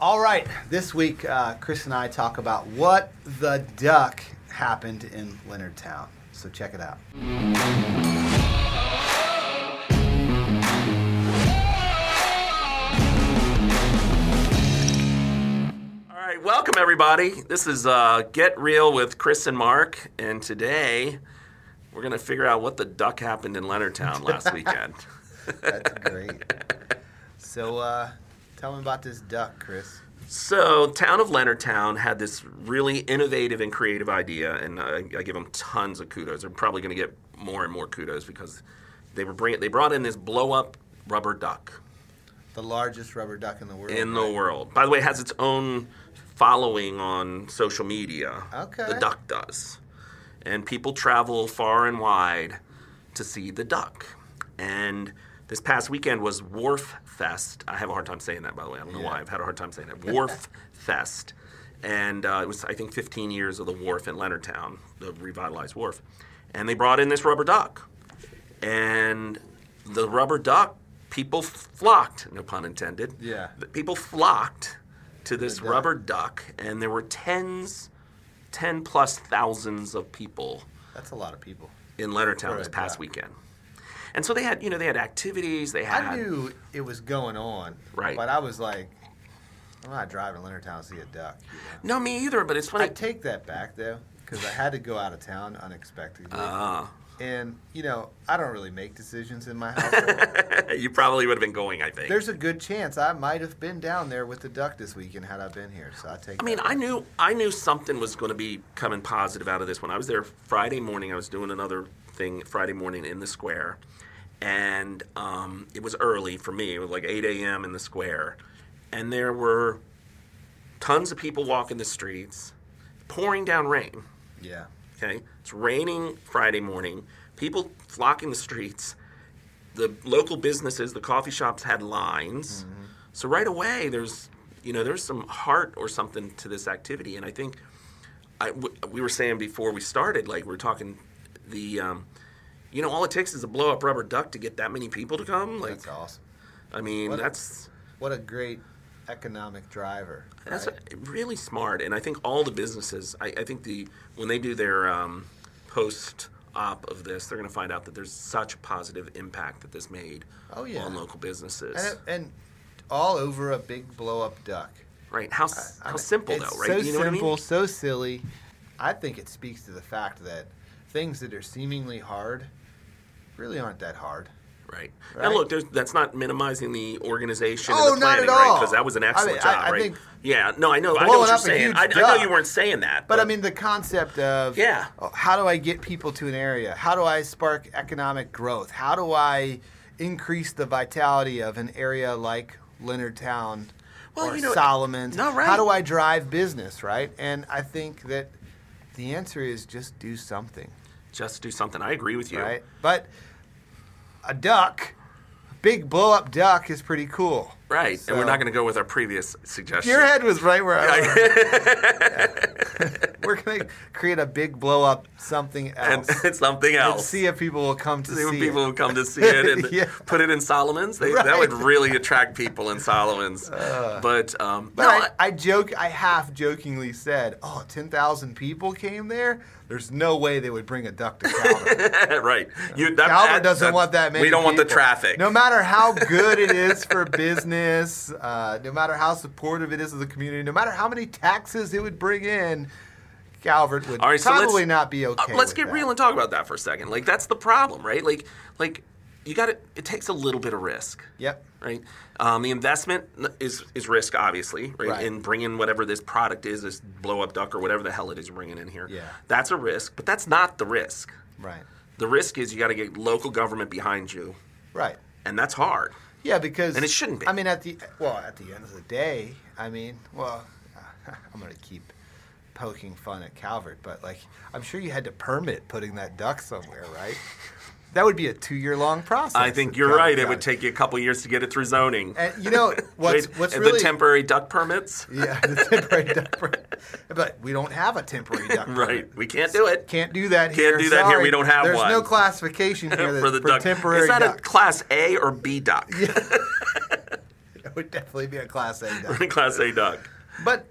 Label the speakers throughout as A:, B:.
A: All right, this week uh, Chris and I talk about what the duck happened in Leonardtown. So check it out.
B: All right, welcome everybody. This is uh, Get Real with Chris and Mark, and today we're gonna figure out what the duck happened in Leonardtown last weekend.
A: That's great. So uh, tell me about this duck, Chris.
B: so, town of Leonardtown had this really innovative and creative idea, and I, I give them tons of kudos. They're probably gonna get more and more kudos because they were bring, they brought in this blow up rubber duck.
A: The largest rubber duck in the world.
B: in the
A: right?
B: world. By the way, it has its own following on social media.
A: Okay.
B: The duck does. And people travel far and wide to see the duck. And this past weekend was Wharf Fest. I have a hard time saying that, by the way. I don't know why. I've had a hard time saying that. Wharf Fest. And uh, it was, I think, 15 years of the wharf in Leonardtown, the revitalized wharf. And they brought in this rubber duck and the rubber duck people flocked no pun intended
A: Yeah.
B: The people flocked to this
A: duck.
B: rubber duck and there were tens 10 plus thousands of people
A: That's a lot of people.
B: in leonardtown
A: For
B: this
A: a
B: past
A: duck.
B: weekend and so they had you know they had activities they had
A: I knew it was going on,
B: Right.
A: But I was like, I'm not driving to Leonardtown to see a duck. you know?
B: no me either but it's
A: I
B: funny
A: take that back though, because I had to go out of town unexpectedly.
B: Ah,
A: And you know, I don't really make decisions in my house.
B: you probably would have been going i think
A: There's a good chance I might have been down there with the duck this weekend had I been here. So I take.
B: I mean,
A: that.
B: I knew I knew something was going to be coming positive out of this one. I was there Friday morning. I was doing another thing Friday morning in the square, and um, it was early for me. It was like 8 a.m. in the square, and there were tons of people walking the streets, pouring down rain.
A: Yeah.
B: Okay, it's raining Friday morning. People flocking the streets. The local businesses, the coffee shops had lines.
A: Mm-hmm.
B: So right away, there's you know there's some heart or something to this activity, and I think I w- we were saying before we started, like we were talking the. Um, you know, all it takes is a blow up rubber duck to get that many people to come. Like,
A: That's awesome.
B: I mean,
A: What-
B: that's
A: What a great economic driver.
B: That's
A: right?
B: really smart, and I think all the businesses. I, I think the when they do their um, post op of this, they're going to find out that there's such a positive impact that this made
A: Oh, yeah.
B: on local businesses.
A: and, it- and all over a big blow up duck.
B: right? How s
A: I
B: how
A: mean,
B: simple
A: it's
B: though, right?
A: So
B: you know
A: simple,
B: what
A: so silly. I think it speaks to the fact that things that are seemingly hard really aren't that hard.
B: I mean? Right.
A: Right.
B: Now look, there's, that's not minimizing the organization
A: Oh,
B: and the
A: not at
B: planning, right?
A: all.
B: Because that was an
A: I mean,
B: excellent
A: I-
B: job,
A: I
B: right?
A: think
B: yeah. No, I know. I know
A: blowing
B: what you're
A: up a
B: saying.
A: huge
B: I, I know
A: duck-
B: you weren't saying that,
A: But I mean, the concept of
B: Yeah.
A: oh, how do I get people to an area? How do I spark economic growth? How do I increase the vitality of an area like Leonardtown
B: Well,
A: or
B: you know,
A: Solomon?
B: no, right.
A: How do I drive business? Right, and I think that the answer is just do something,
B: just do something. I agree with you.
A: right? But a duck, a big blow up duck, is pretty cool.
B: Right. And
A: So-
B: we're not going to go with our previous suggestion.
A: Your head was right where I was. We're gonna create a big blow up something
B: and
A: else.
B: something
A: and
B: else.
A: see if people will come to
B: See
A: see,
B: when people
A: it.
B: would come to see it and
A: Yeah.
B: put it in Solomon's. They, That would
A: Right. Uh.
B: really attract people in Solomon's. but um,
A: But
B: no,
A: I, I joke, I half jokingly said, "Oh, 10,000 people came there. There's no way they would bring a duck to Calvert.
B: right. You, that,
A: Calvert doesn't want that many.
B: We don't want the
A: people.
B: traffic. Uh,
A: No matter how good it is for business, uh, no matter how supportive it is of the community, no matter how many taxes it would bring in, Calvert would
B: All right, so let's-
A: probably not be okay.
B: Uh, let's
A: with
B: get
A: that.
B: real and talk about that for a second. Like that's the problem, right? Like, like you got to It takes a little bit of risk.
A: Yep.
B: Right. Um, the investment is is risk, obviously, right?
A: Right.
B: In bringing whatever this product is, this blow up duck or whatever the hell it is bringing in here.
A: Yeah.
B: That's a risk, but that's not the risk.
A: Right.
B: The risk is you got to get local government behind you,
A: Right.
B: and that's hard.
A: Yeah, because
B: And it shouldn't be.
A: I mean, at the well, at the end of the day, I mean, well, I'm gonna keep poking fun at Calvert, but like, I'm sure you had to permit putting that duck somewhere, right? That would be a two-year-long process.
B: I think
A: if
B: you're
A: Calvert
B: right. It
A: got
B: would take you a couple years to get it through zoning.
A: And you know what's
B: Wait,
A: what's
B: and
A: really
B: the temporary duck permits?
A: yeah the temporary duck, permit. but we don't have a temporary duck, permit.
B: Right. We can't do it.
A: Can't do that
B: Can't
A: here.
B: do that here.
A: Sorry.
B: We don't have
A: There's
B: one.
A: no classification here that-
B: for the duck.
A: temporary
B: Is that
A: duck.
B: a class A or B duck?
A: would definitely be a class A duck.
B: Class A duck.
A: But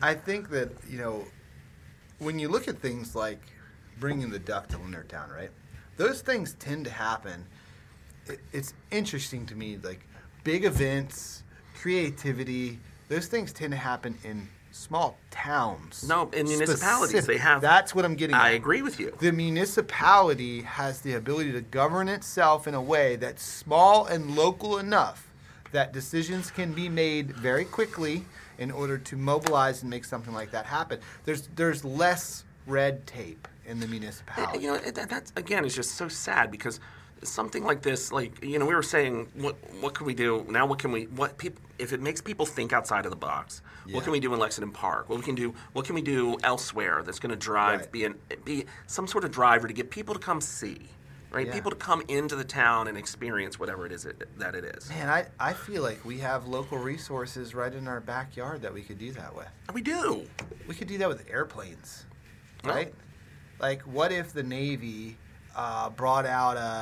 A: I think that, you know, when you look at things like bringing the duck to Leonardtown, right? Those things tend to happen. It, it's interesting to me, like big events, creativity, those things tend to happen in small towns.
B: No, in municipalities,
A: Specific-
B: they have-
A: That's what I'm getting
B: I
A: at.
B: agree with you.
A: The municipality has the ability to govern itself in a way that's small and local enough that decisions can be made very quickly in order to mobilize and make something like that happen. There's there's less red tape in the
B: Uh,
A: municipality.
B: You know, it- that, that's again is just so sad because something like this, like you know, we were saying, what what can we do now? What can we what people if it makes people think outside of the box?
A: Yeah.
B: What can we do in Lexington Park? What we can do? What can we do elsewhere that's going to drive
A: Right.
B: be an be some sort of driver to get people to come see, right?
A: Yeah.
B: People to come into the town and experience whatever it is it, that it is.
A: Man, I, I feel like we have local resources right in our backyard that we could do that with.
B: We do.
A: We could do that with airplanes,
B: Well-
A: right? Like, what if the Navy uh, brought out a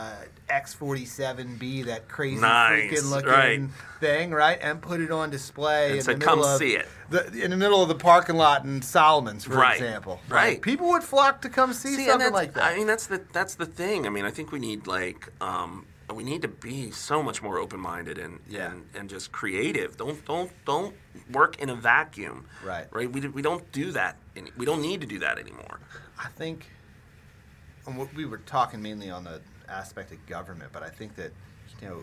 A: X forty seven B, that crazy
B: Nice,
A: freaking looking
B: right.
A: thing, right, and put it on display
B: And
A: in
B: said,
A: the middle
B: "Come
A: of
B: see it."
A: The, in the middle of the parking lot in Solomon's, for
B: Right,
A: example.
B: right.
A: people would flock to come see,
B: See, and
A: something
B: that's-
A: like that.
B: I mean, that's the that's the thing. I mean, I think we need like um, we need to be so much more open minded and,
A: Yeah.
B: and and just creative. Don't don't don't work in a vacuum.
A: Right.
B: Right. We, we don't do that. Any, we don't need to do that anymore.
A: I think, and what we were talking mainly on the aspect of government, but I think that you know,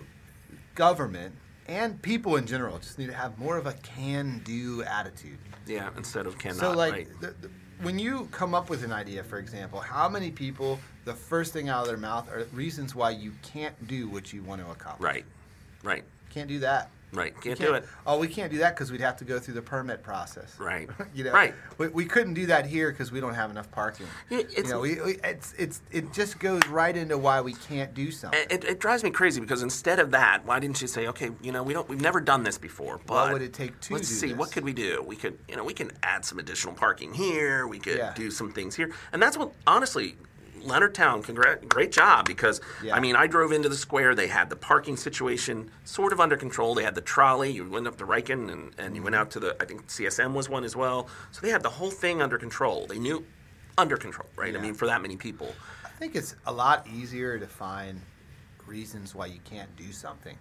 A: government and people in general just need to have more of a can-do attitude.
B: Yeah. Instead of cannot.
A: So, like,
B: right.
A: the, the, when you come up with an idea, for example, how many people the first thing out of their mouth are reasons why you can't do what you want to accomplish?
B: right. Right.
A: Can't do that.
B: Right. Can't,
A: Can't-
B: do it.
A: Oh, we can't do that because we'd have to go through the permit process.
B: Right.
A: you know,
B: Right.
A: We, we couldn't do that here because we don't have enough parking.
B: Yeah,
A: you
B: it's-
A: know, we, we, it's it's it just goes right into why we can't do something.
B: It, it, it drives me crazy because instead of that, why didn't you say, okay, you know, we don't, we've never done this before, but
A: would it take to
B: Let's
A: do
B: see, what
A: this?
B: could we do? We could, you know, we can add some additional parking here. We could
A: Yeah.
B: do some things here, and that's what honestly. Leonardtown, congrat, great job because
A: Yeah.
B: I mean I drove into the square. They had the parking situation sort of under control. They had the trolley. You went up to Riken and, and you went
A: Mm-hmm.
B: out to the I think CSM was one as well. So they had the whole thing under control. They knew under control, right?
A: Yeah.
B: I mean for that many people,
A: I think it's a lot easier to find reasons why you can't do something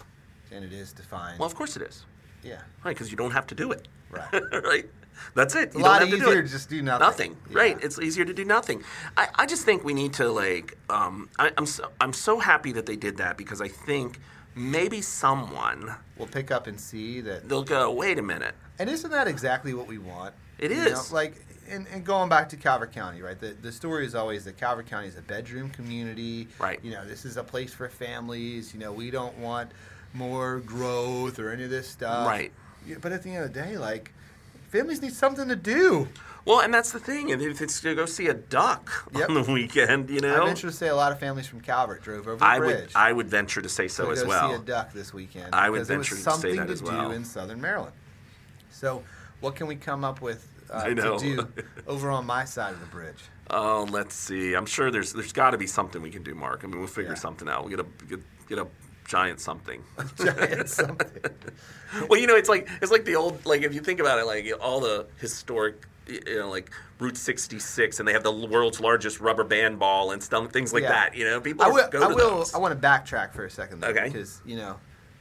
A: than it is to find.
B: well of course it is.
A: yeah,
B: Right, because you don't have to do it.
A: Right.
B: right. That's it. You
A: lot
B: don't have to do
A: easier
B: it.
A: to just do nothing. Yeah.
B: Right. It's easier to do nothing. I, I just think we need to like. Um, I, I'm so, I'm so happy that they did that because I think maybe someone
A: we'll pick up and see that
B: they'll go. Wait a minute.
A: And isn't that exactly what we want?
B: It
A: It is
B: is.
A: like, and, and going back to Calvert County, right? The, the story is always that Calvert County is a bedroom community.
B: Right.
A: You know, this is a place for families. You know, we don't want more growth or any of this stuff.
B: Right.
A: Yeah, but at the end of the day, like, families need something to do.
B: Well, and that's the thing. And if it's to go see a duck
A: Yep.
B: on the weekend, you
A: I
B: know,
A: venture to say a lot of families from Calvert drove over the
B: I would
A: bridge.
B: I would venture to say so
A: to
B: as
A: go
B: well.
A: see a duck this weekend.
B: I would
A: because it was
B: venture to say
A: something
B: that
A: to
B: as well.
A: do in Southern Maryland. So, what can we come up with uh,
B: I know.
A: to do over on my side of the bridge?
B: Oh, let's see. I'm sure there's there's got to be something we can do, Mark. I mean, we'll figure
A: Yeah.
B: something out. We'll get a get, get a giant something.
A: giant something.
B: well, you know, it's like it's like the old like if you think about it, like all the historic, y- you know, like Route 66, and they have the world's largest rubber band ball and stuff, things like
A: Yeah.
B: that. You know, people
A: I will.
B: go
A: I,
B: to
A: will
B: those.
A: I want to backtrack for a second, though,
B: Okay.
A: because you know,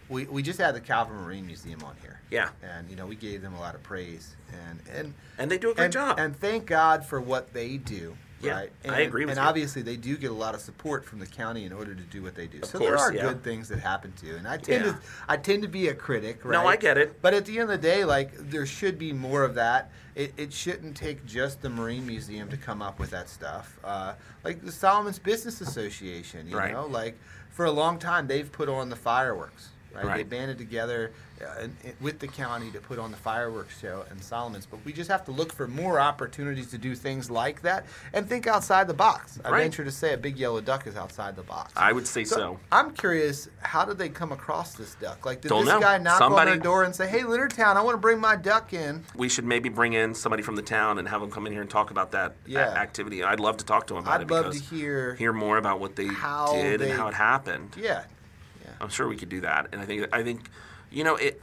A: we, we just had the Calvin Marine Museum on here.
B: Yeah.
A: and you know, we gave them a lot of praise, and and
B: And they do a great
A: and,
B: job.
A: And thank God for what they do.
B: Yeah,
A: right?
B: I
A: and,
B: agree with
A: And
B: you.
A: obviously, they do get a lot of support from the county in order to do what they do. so
B: course,
A: there are
B: yeah.
A: good things that happen to, and I tend
B: Yeah.
A: to I tend to be a critic. Right?
B: No, I get it.
A: But at the end of the day, like there should be more of that. It, it shouldn't take just the Marine Museum to come up with that stuff. Uh, like the Solomon's Business Association, you
B: Right.
A: know, like for a long time they've put on the fireworks. Right? They
B: Right.
A: banded together uh, in- in- with the county to put on the fireworks show in Solomon's. But we just have to look for more opportunities to do things like that and think outside the box. I
B: Right.
A: venture to say a big yellow duck is outside the box.
B: I would say so.
A: I'm curious, how did they come across this duck? Like, did
B: Don't
A: this
B: know.
A: guy knock
B: Somebody-
A: on their door and say, "Hey, Leonardtown, I want to bring my duck in"?
B: We should maybe bring in somebody from the town and have them come in here and talk about that a-
A: Yeah.
B: activity. I'd love to talk to them
A: I'd
B: about it.
A: love to
B: because-
A: hear
B: hear more about what they
A: how
B: did
A: they-
B: and how it happened.
A: Yeah, yeah,
B: I'm sure we could do that. And I think I think you know it.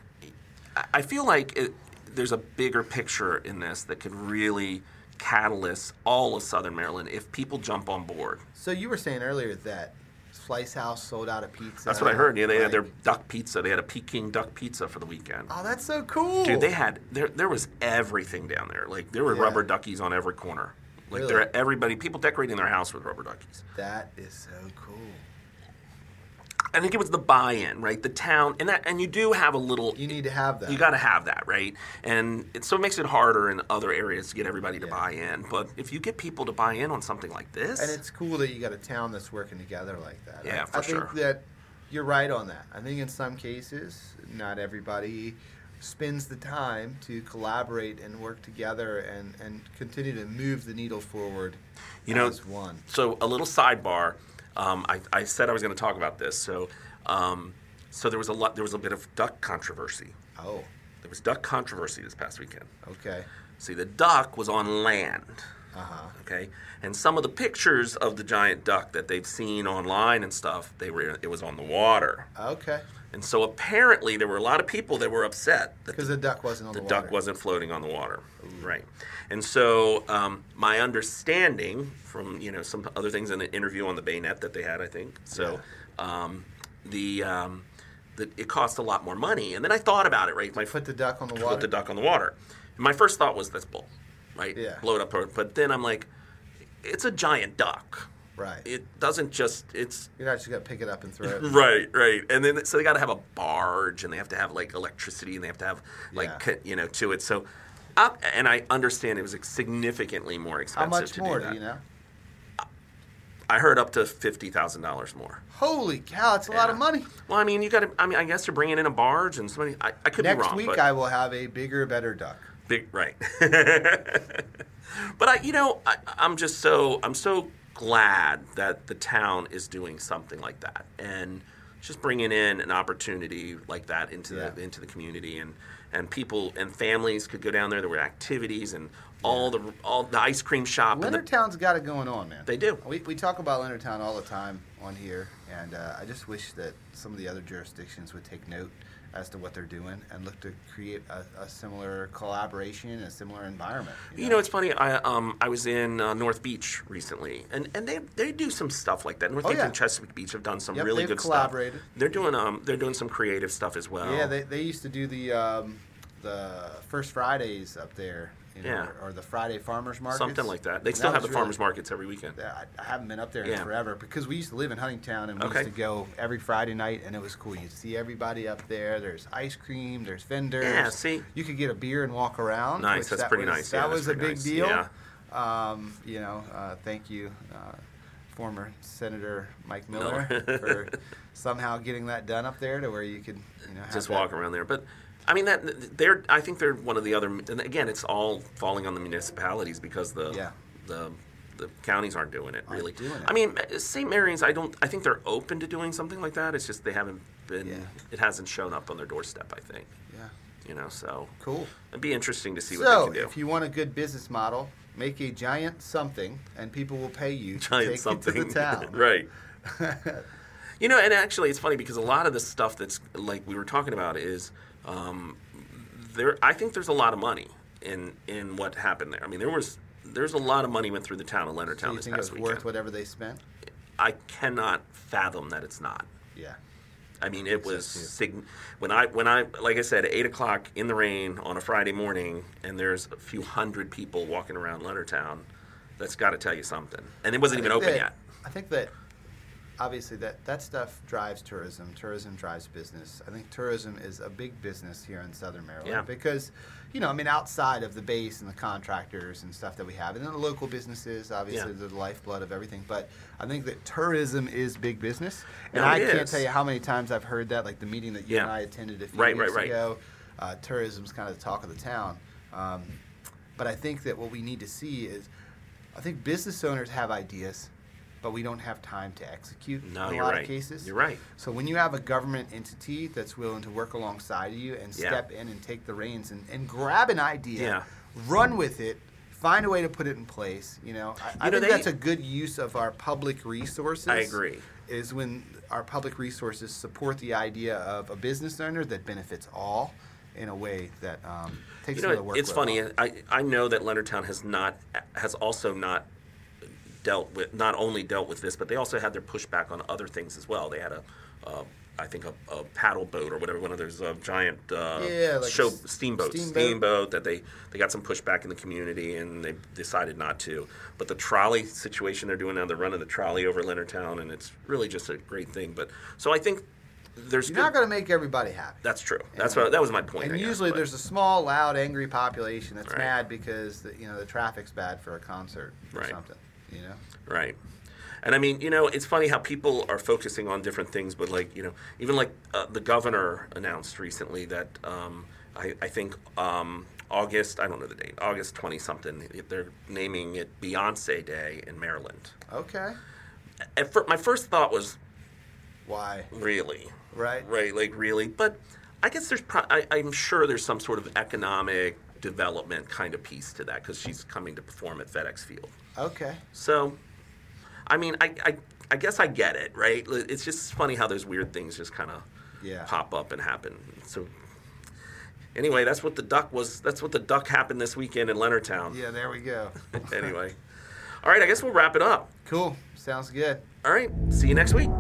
B: I- I feel like it, there's a bigger picture in this that could really catalyst all of Southern Maryland if people jump on board.
A: So you were saying earlier that Slice House sold out a pizza.
B: That's what I heard. Yeah, they had their
A: like-
B: duck pizza. They had a Peking duck pizza for the weekend.
A: Oh, that's so cool.
B: Dude, they had there. There was everything down there. Like there were
A: Yeah.
B: rubber duckies on every corner. Like
A: Really?
B: there, everybody, people decorating their house with rubber duckies.
A: That is so cool.
B: I think it was the buy-in, right? The town, and that, and you do have a little.
A: You need to have that.
B: You got to have that, right? And it, so it makes it harder in other areas to get everybody to
A: Yeah.
B: buy in. But if you get people to buy in on something like this,
A: And it's cool that you got a town that's working together like that.
B: Yeah,
A: I,
B: for
A: I think
B: sure.
A: that you're right on that. I think in some cases, not everybody spends the time to collaborate and work together and, and continue to move the needle forward
B: You know-
A: as one.
B: so a little sidebar. Um, I, I said I was going to talk about this. So, um, so there was a lot. There was a bit of duck controversy.
A: Oh,
B: There was duck controversy this past weekend.
A: okay.
B: See, the duck was on land.
A: Uh huh.
B: Okay, and some of the pictures of the giant duck that they've seen online and stuff, they were it was on the water,
A: Okay.
B: and so apparently there were a lot of people that were upset that
A: Because the duck wasn't on the,
B: the duck
A: water.
B: wasn't floating on the water, right? And so um, my understanding from you know some other things in the interview on the Baynet that they had, I think. So um, the um, the, it cost a lot more money, and then I thought about it, right? My
A: Put the duck on the water.
B: put the duck on the water. My first thought was that's bull, right?
A: Yeah.
B: Blow it up, but then I'm like, it's a giant duck.
A: Right.
B: It doesn't just it's
A: You're not just gonna pick it up and throw it.
B: right, right, and then so they got to have a barge, and they have to have like electricity, and they have to have like
A: Yeah.
B: co- you know to it. So, up and I understand it was like, significantly more
A: How
B: expensive.
A: much
B: to
A: more
B: do,
A: do,
B: that.
A: you know?
B: I heard up to fifty thousand dollars more.
A: Holy cow, it's a lot of
B: Yeah.
A: money.
B: Well, I mean, you got to. I mean, I guess you're bringing in a barge and somebody. I, I could be
A: Next
B: wrong.
A: week
B: but-
A: I will have a bigger, better duck.
B: Big right. but I, you know, I, I'm just so I'm so glad that the town is doing something like that and just bringing in an opportunity like that into the
A: Yeah.
B: into the community and and people and families could go down there. There were activities and all the all the ice cream shop and the,
A: Leonardtown's got it going on, man.
B: They do.
A: We, we talk about Leonardtown all the time on here, and uh, I just wish that some of the other jurisdictions would take note as to what they're doing and look to create a, a similar collaboration, a similar environment.
B: You know, it's funny. I um I was in uh, North Beach recently, and, and they they do some stuff like that. North
A: Oh,
B: Beach
A: yeah.
B: and Chesapeake Beach have done some
A: Yep,
B: really
A: they've
B: good
A: collaborated.
B: stuff. They're doing um they're doing some creative stuff as well.
A: yeah, they, they used to do the um, the first Fridays up there, you know,
B: Yeah.
A: or, or the Friday farmers markets,
B: Something like that. They
A: And
B: still have
A: was
B: the
A: really-
B: farmers markets every weekend.
A: I, I haven't been up there in
B: Yeah.
A: forever because we used to live in Huntingtown and we
B: Okay.
A: used to go every Friday night and it was cool. You'd see everybody up there. There's ice cream. There's vendors.
B: Yeah, see.
A: You could get a beer and walk around.
B: Nice,
A: which
B: that's
A: that
B: pretty
A: was-
B: nice. Yeah,
A: That
B: that's
A: was a
B: pretty
A: big
B: nice.
A: deal.
B: Yeah.
A: Um, you know, uh, thank you, uh, former Senator Mike Miller, for somehow getting that done up there to where you could, you know, have
B: Just
A: that-
B: walk around there. But I mean that they're I think they're one of the other and again it's all falling on the municipalities because the
A: Yeah.
B: the the counties aren't doing it
A: Aren't
B: really.
A: doing it.
B: I mean St. Mary's I don't I think they're open to doing something like that. It's just they haven't been
A: Yeah.
B: it hasn't shown up on their doorstep I think.
A: Yeah,
B: You know, so
A: cool.
B: it'd be interesting to see what
A: So,
B: they can do.
A: if you want a good business model, make a giant something, and people will pay you
B: giant
A: to take
B: something.
A: it to the town.
B: right. you know, and actually, it's funny because a lot of the stuff that's like we were talking about is um, there. I think there's a lot of money in in what happened there. I mean, there was there's a lot of money went through the town of Leonardtown
A: Do you
B: this
A: think it
B: past
A: was
B: weekend.
A: worth whatever they spent?
B: I cannot fathom that it's not.
A: Yeah.
B: I mean, it
A: so,
B: was
A: too.
B: sign- when I when I like I said, eight o'clock in the rain on a Friday morning, and there's a few hundred people walking around Leonardtown. That's got to tell you something. And it wasn't even
A: I think
B: open
A: that-
B: yet.
A: I think that obviously that, that stuff drives tourism. Tourism drives business. I think tourism is a big business here in Southern Maryland
B: Yeah.
A: because, you know, I mean, outside of the base and the contractors and stuff that we have, and then the local businesses, obviously,
B: Yeah.
A: they're the lifeblood of everything. But I think that tourism is big business, and
B: No,
A: I
B: it
A: can't
B: is.
A: tell you how many times I've heard that. Like the meeting that you
B: Yeah.
A: and I attended a few
B: Right,
A: years
B: right, right.
A: ago, uh, tourism's kind of the talk of the town. Um, but I think that what we need to see is, I think business owners have ideas, but we don't have time to execute
B: No,
A: in a
B: you're
A: lot
B: right.
A: of cases.
B: You're right.
A: So when you have a government entity that's willing to work alongside of you and
B: Yeah.
A: step in and take the reins and, and grab an idea,
B: Yeah.
A: run with it, find a way to put it in place, you know, I,
B: You
A: I
B: know,
A: think
B: they-
A: that's a good use of our public resources.
B: I agree.
A: Is when our public resources support the idea of a business owner that benefits all in a way that um, takes
B: You
A: some of the
B: know,
A: work.
B: it's funny. I, I know that Leonardtown has not has also not dealt with not only dealt with this, but they also had their pushback on other things as well. They had a, uh, I think a, a paddle boat or whatever, one of those uh, giant uh,
A: Yeah, like a
B: show
A: s-
B: steamboats,
A: steamboat.
B: steamboat that they they got some pushback in the community and they decided not to. But the trolley situation they're doing now, they're running the trolley over Leonardtown, and it's really just a great thing. But so I think there's
A: You're
B: good-
A: not going to make everybody happy.
B: that's true. That's what that was my point.
A: and
B: I guess,
A: usually
B: but-
A: there's a small, loud, angry population that's
B: Right.
A: mad because the, you know the traffic's bad for a concert or
B: Right.
A: something. You know,
B: Right. And I mean, you know, it's funny how people are focusing on different things, but like, you know, even like uh, the governor announced recently that um, I, I think um, August, I don't know the date, August 20 something, they're naming it Beyonce Day in Maryland.
A: okay,
B: At fir- my first thought was,
A: why?
B: really?
A: Right.
B: Right, like really? But I guess there's, pro- I, I'm sure there's some sort of economic development kind of piece to that because she's coming to perform at FedEx Field.
A: Okay,
B: So, I mean, I, I, I guess I get it, right? Li- It's just funny how those weird things just kind of
A: Yeah.
B: pop up and happen. So, anyway, that's what the duck was. That's what the duck happened this weekend in Leonardtown.
A: yeah, there we go.
B: anyway, all right, I guess we'll wrap it up.
A: cool, sounds good.
B: All right, see you next week.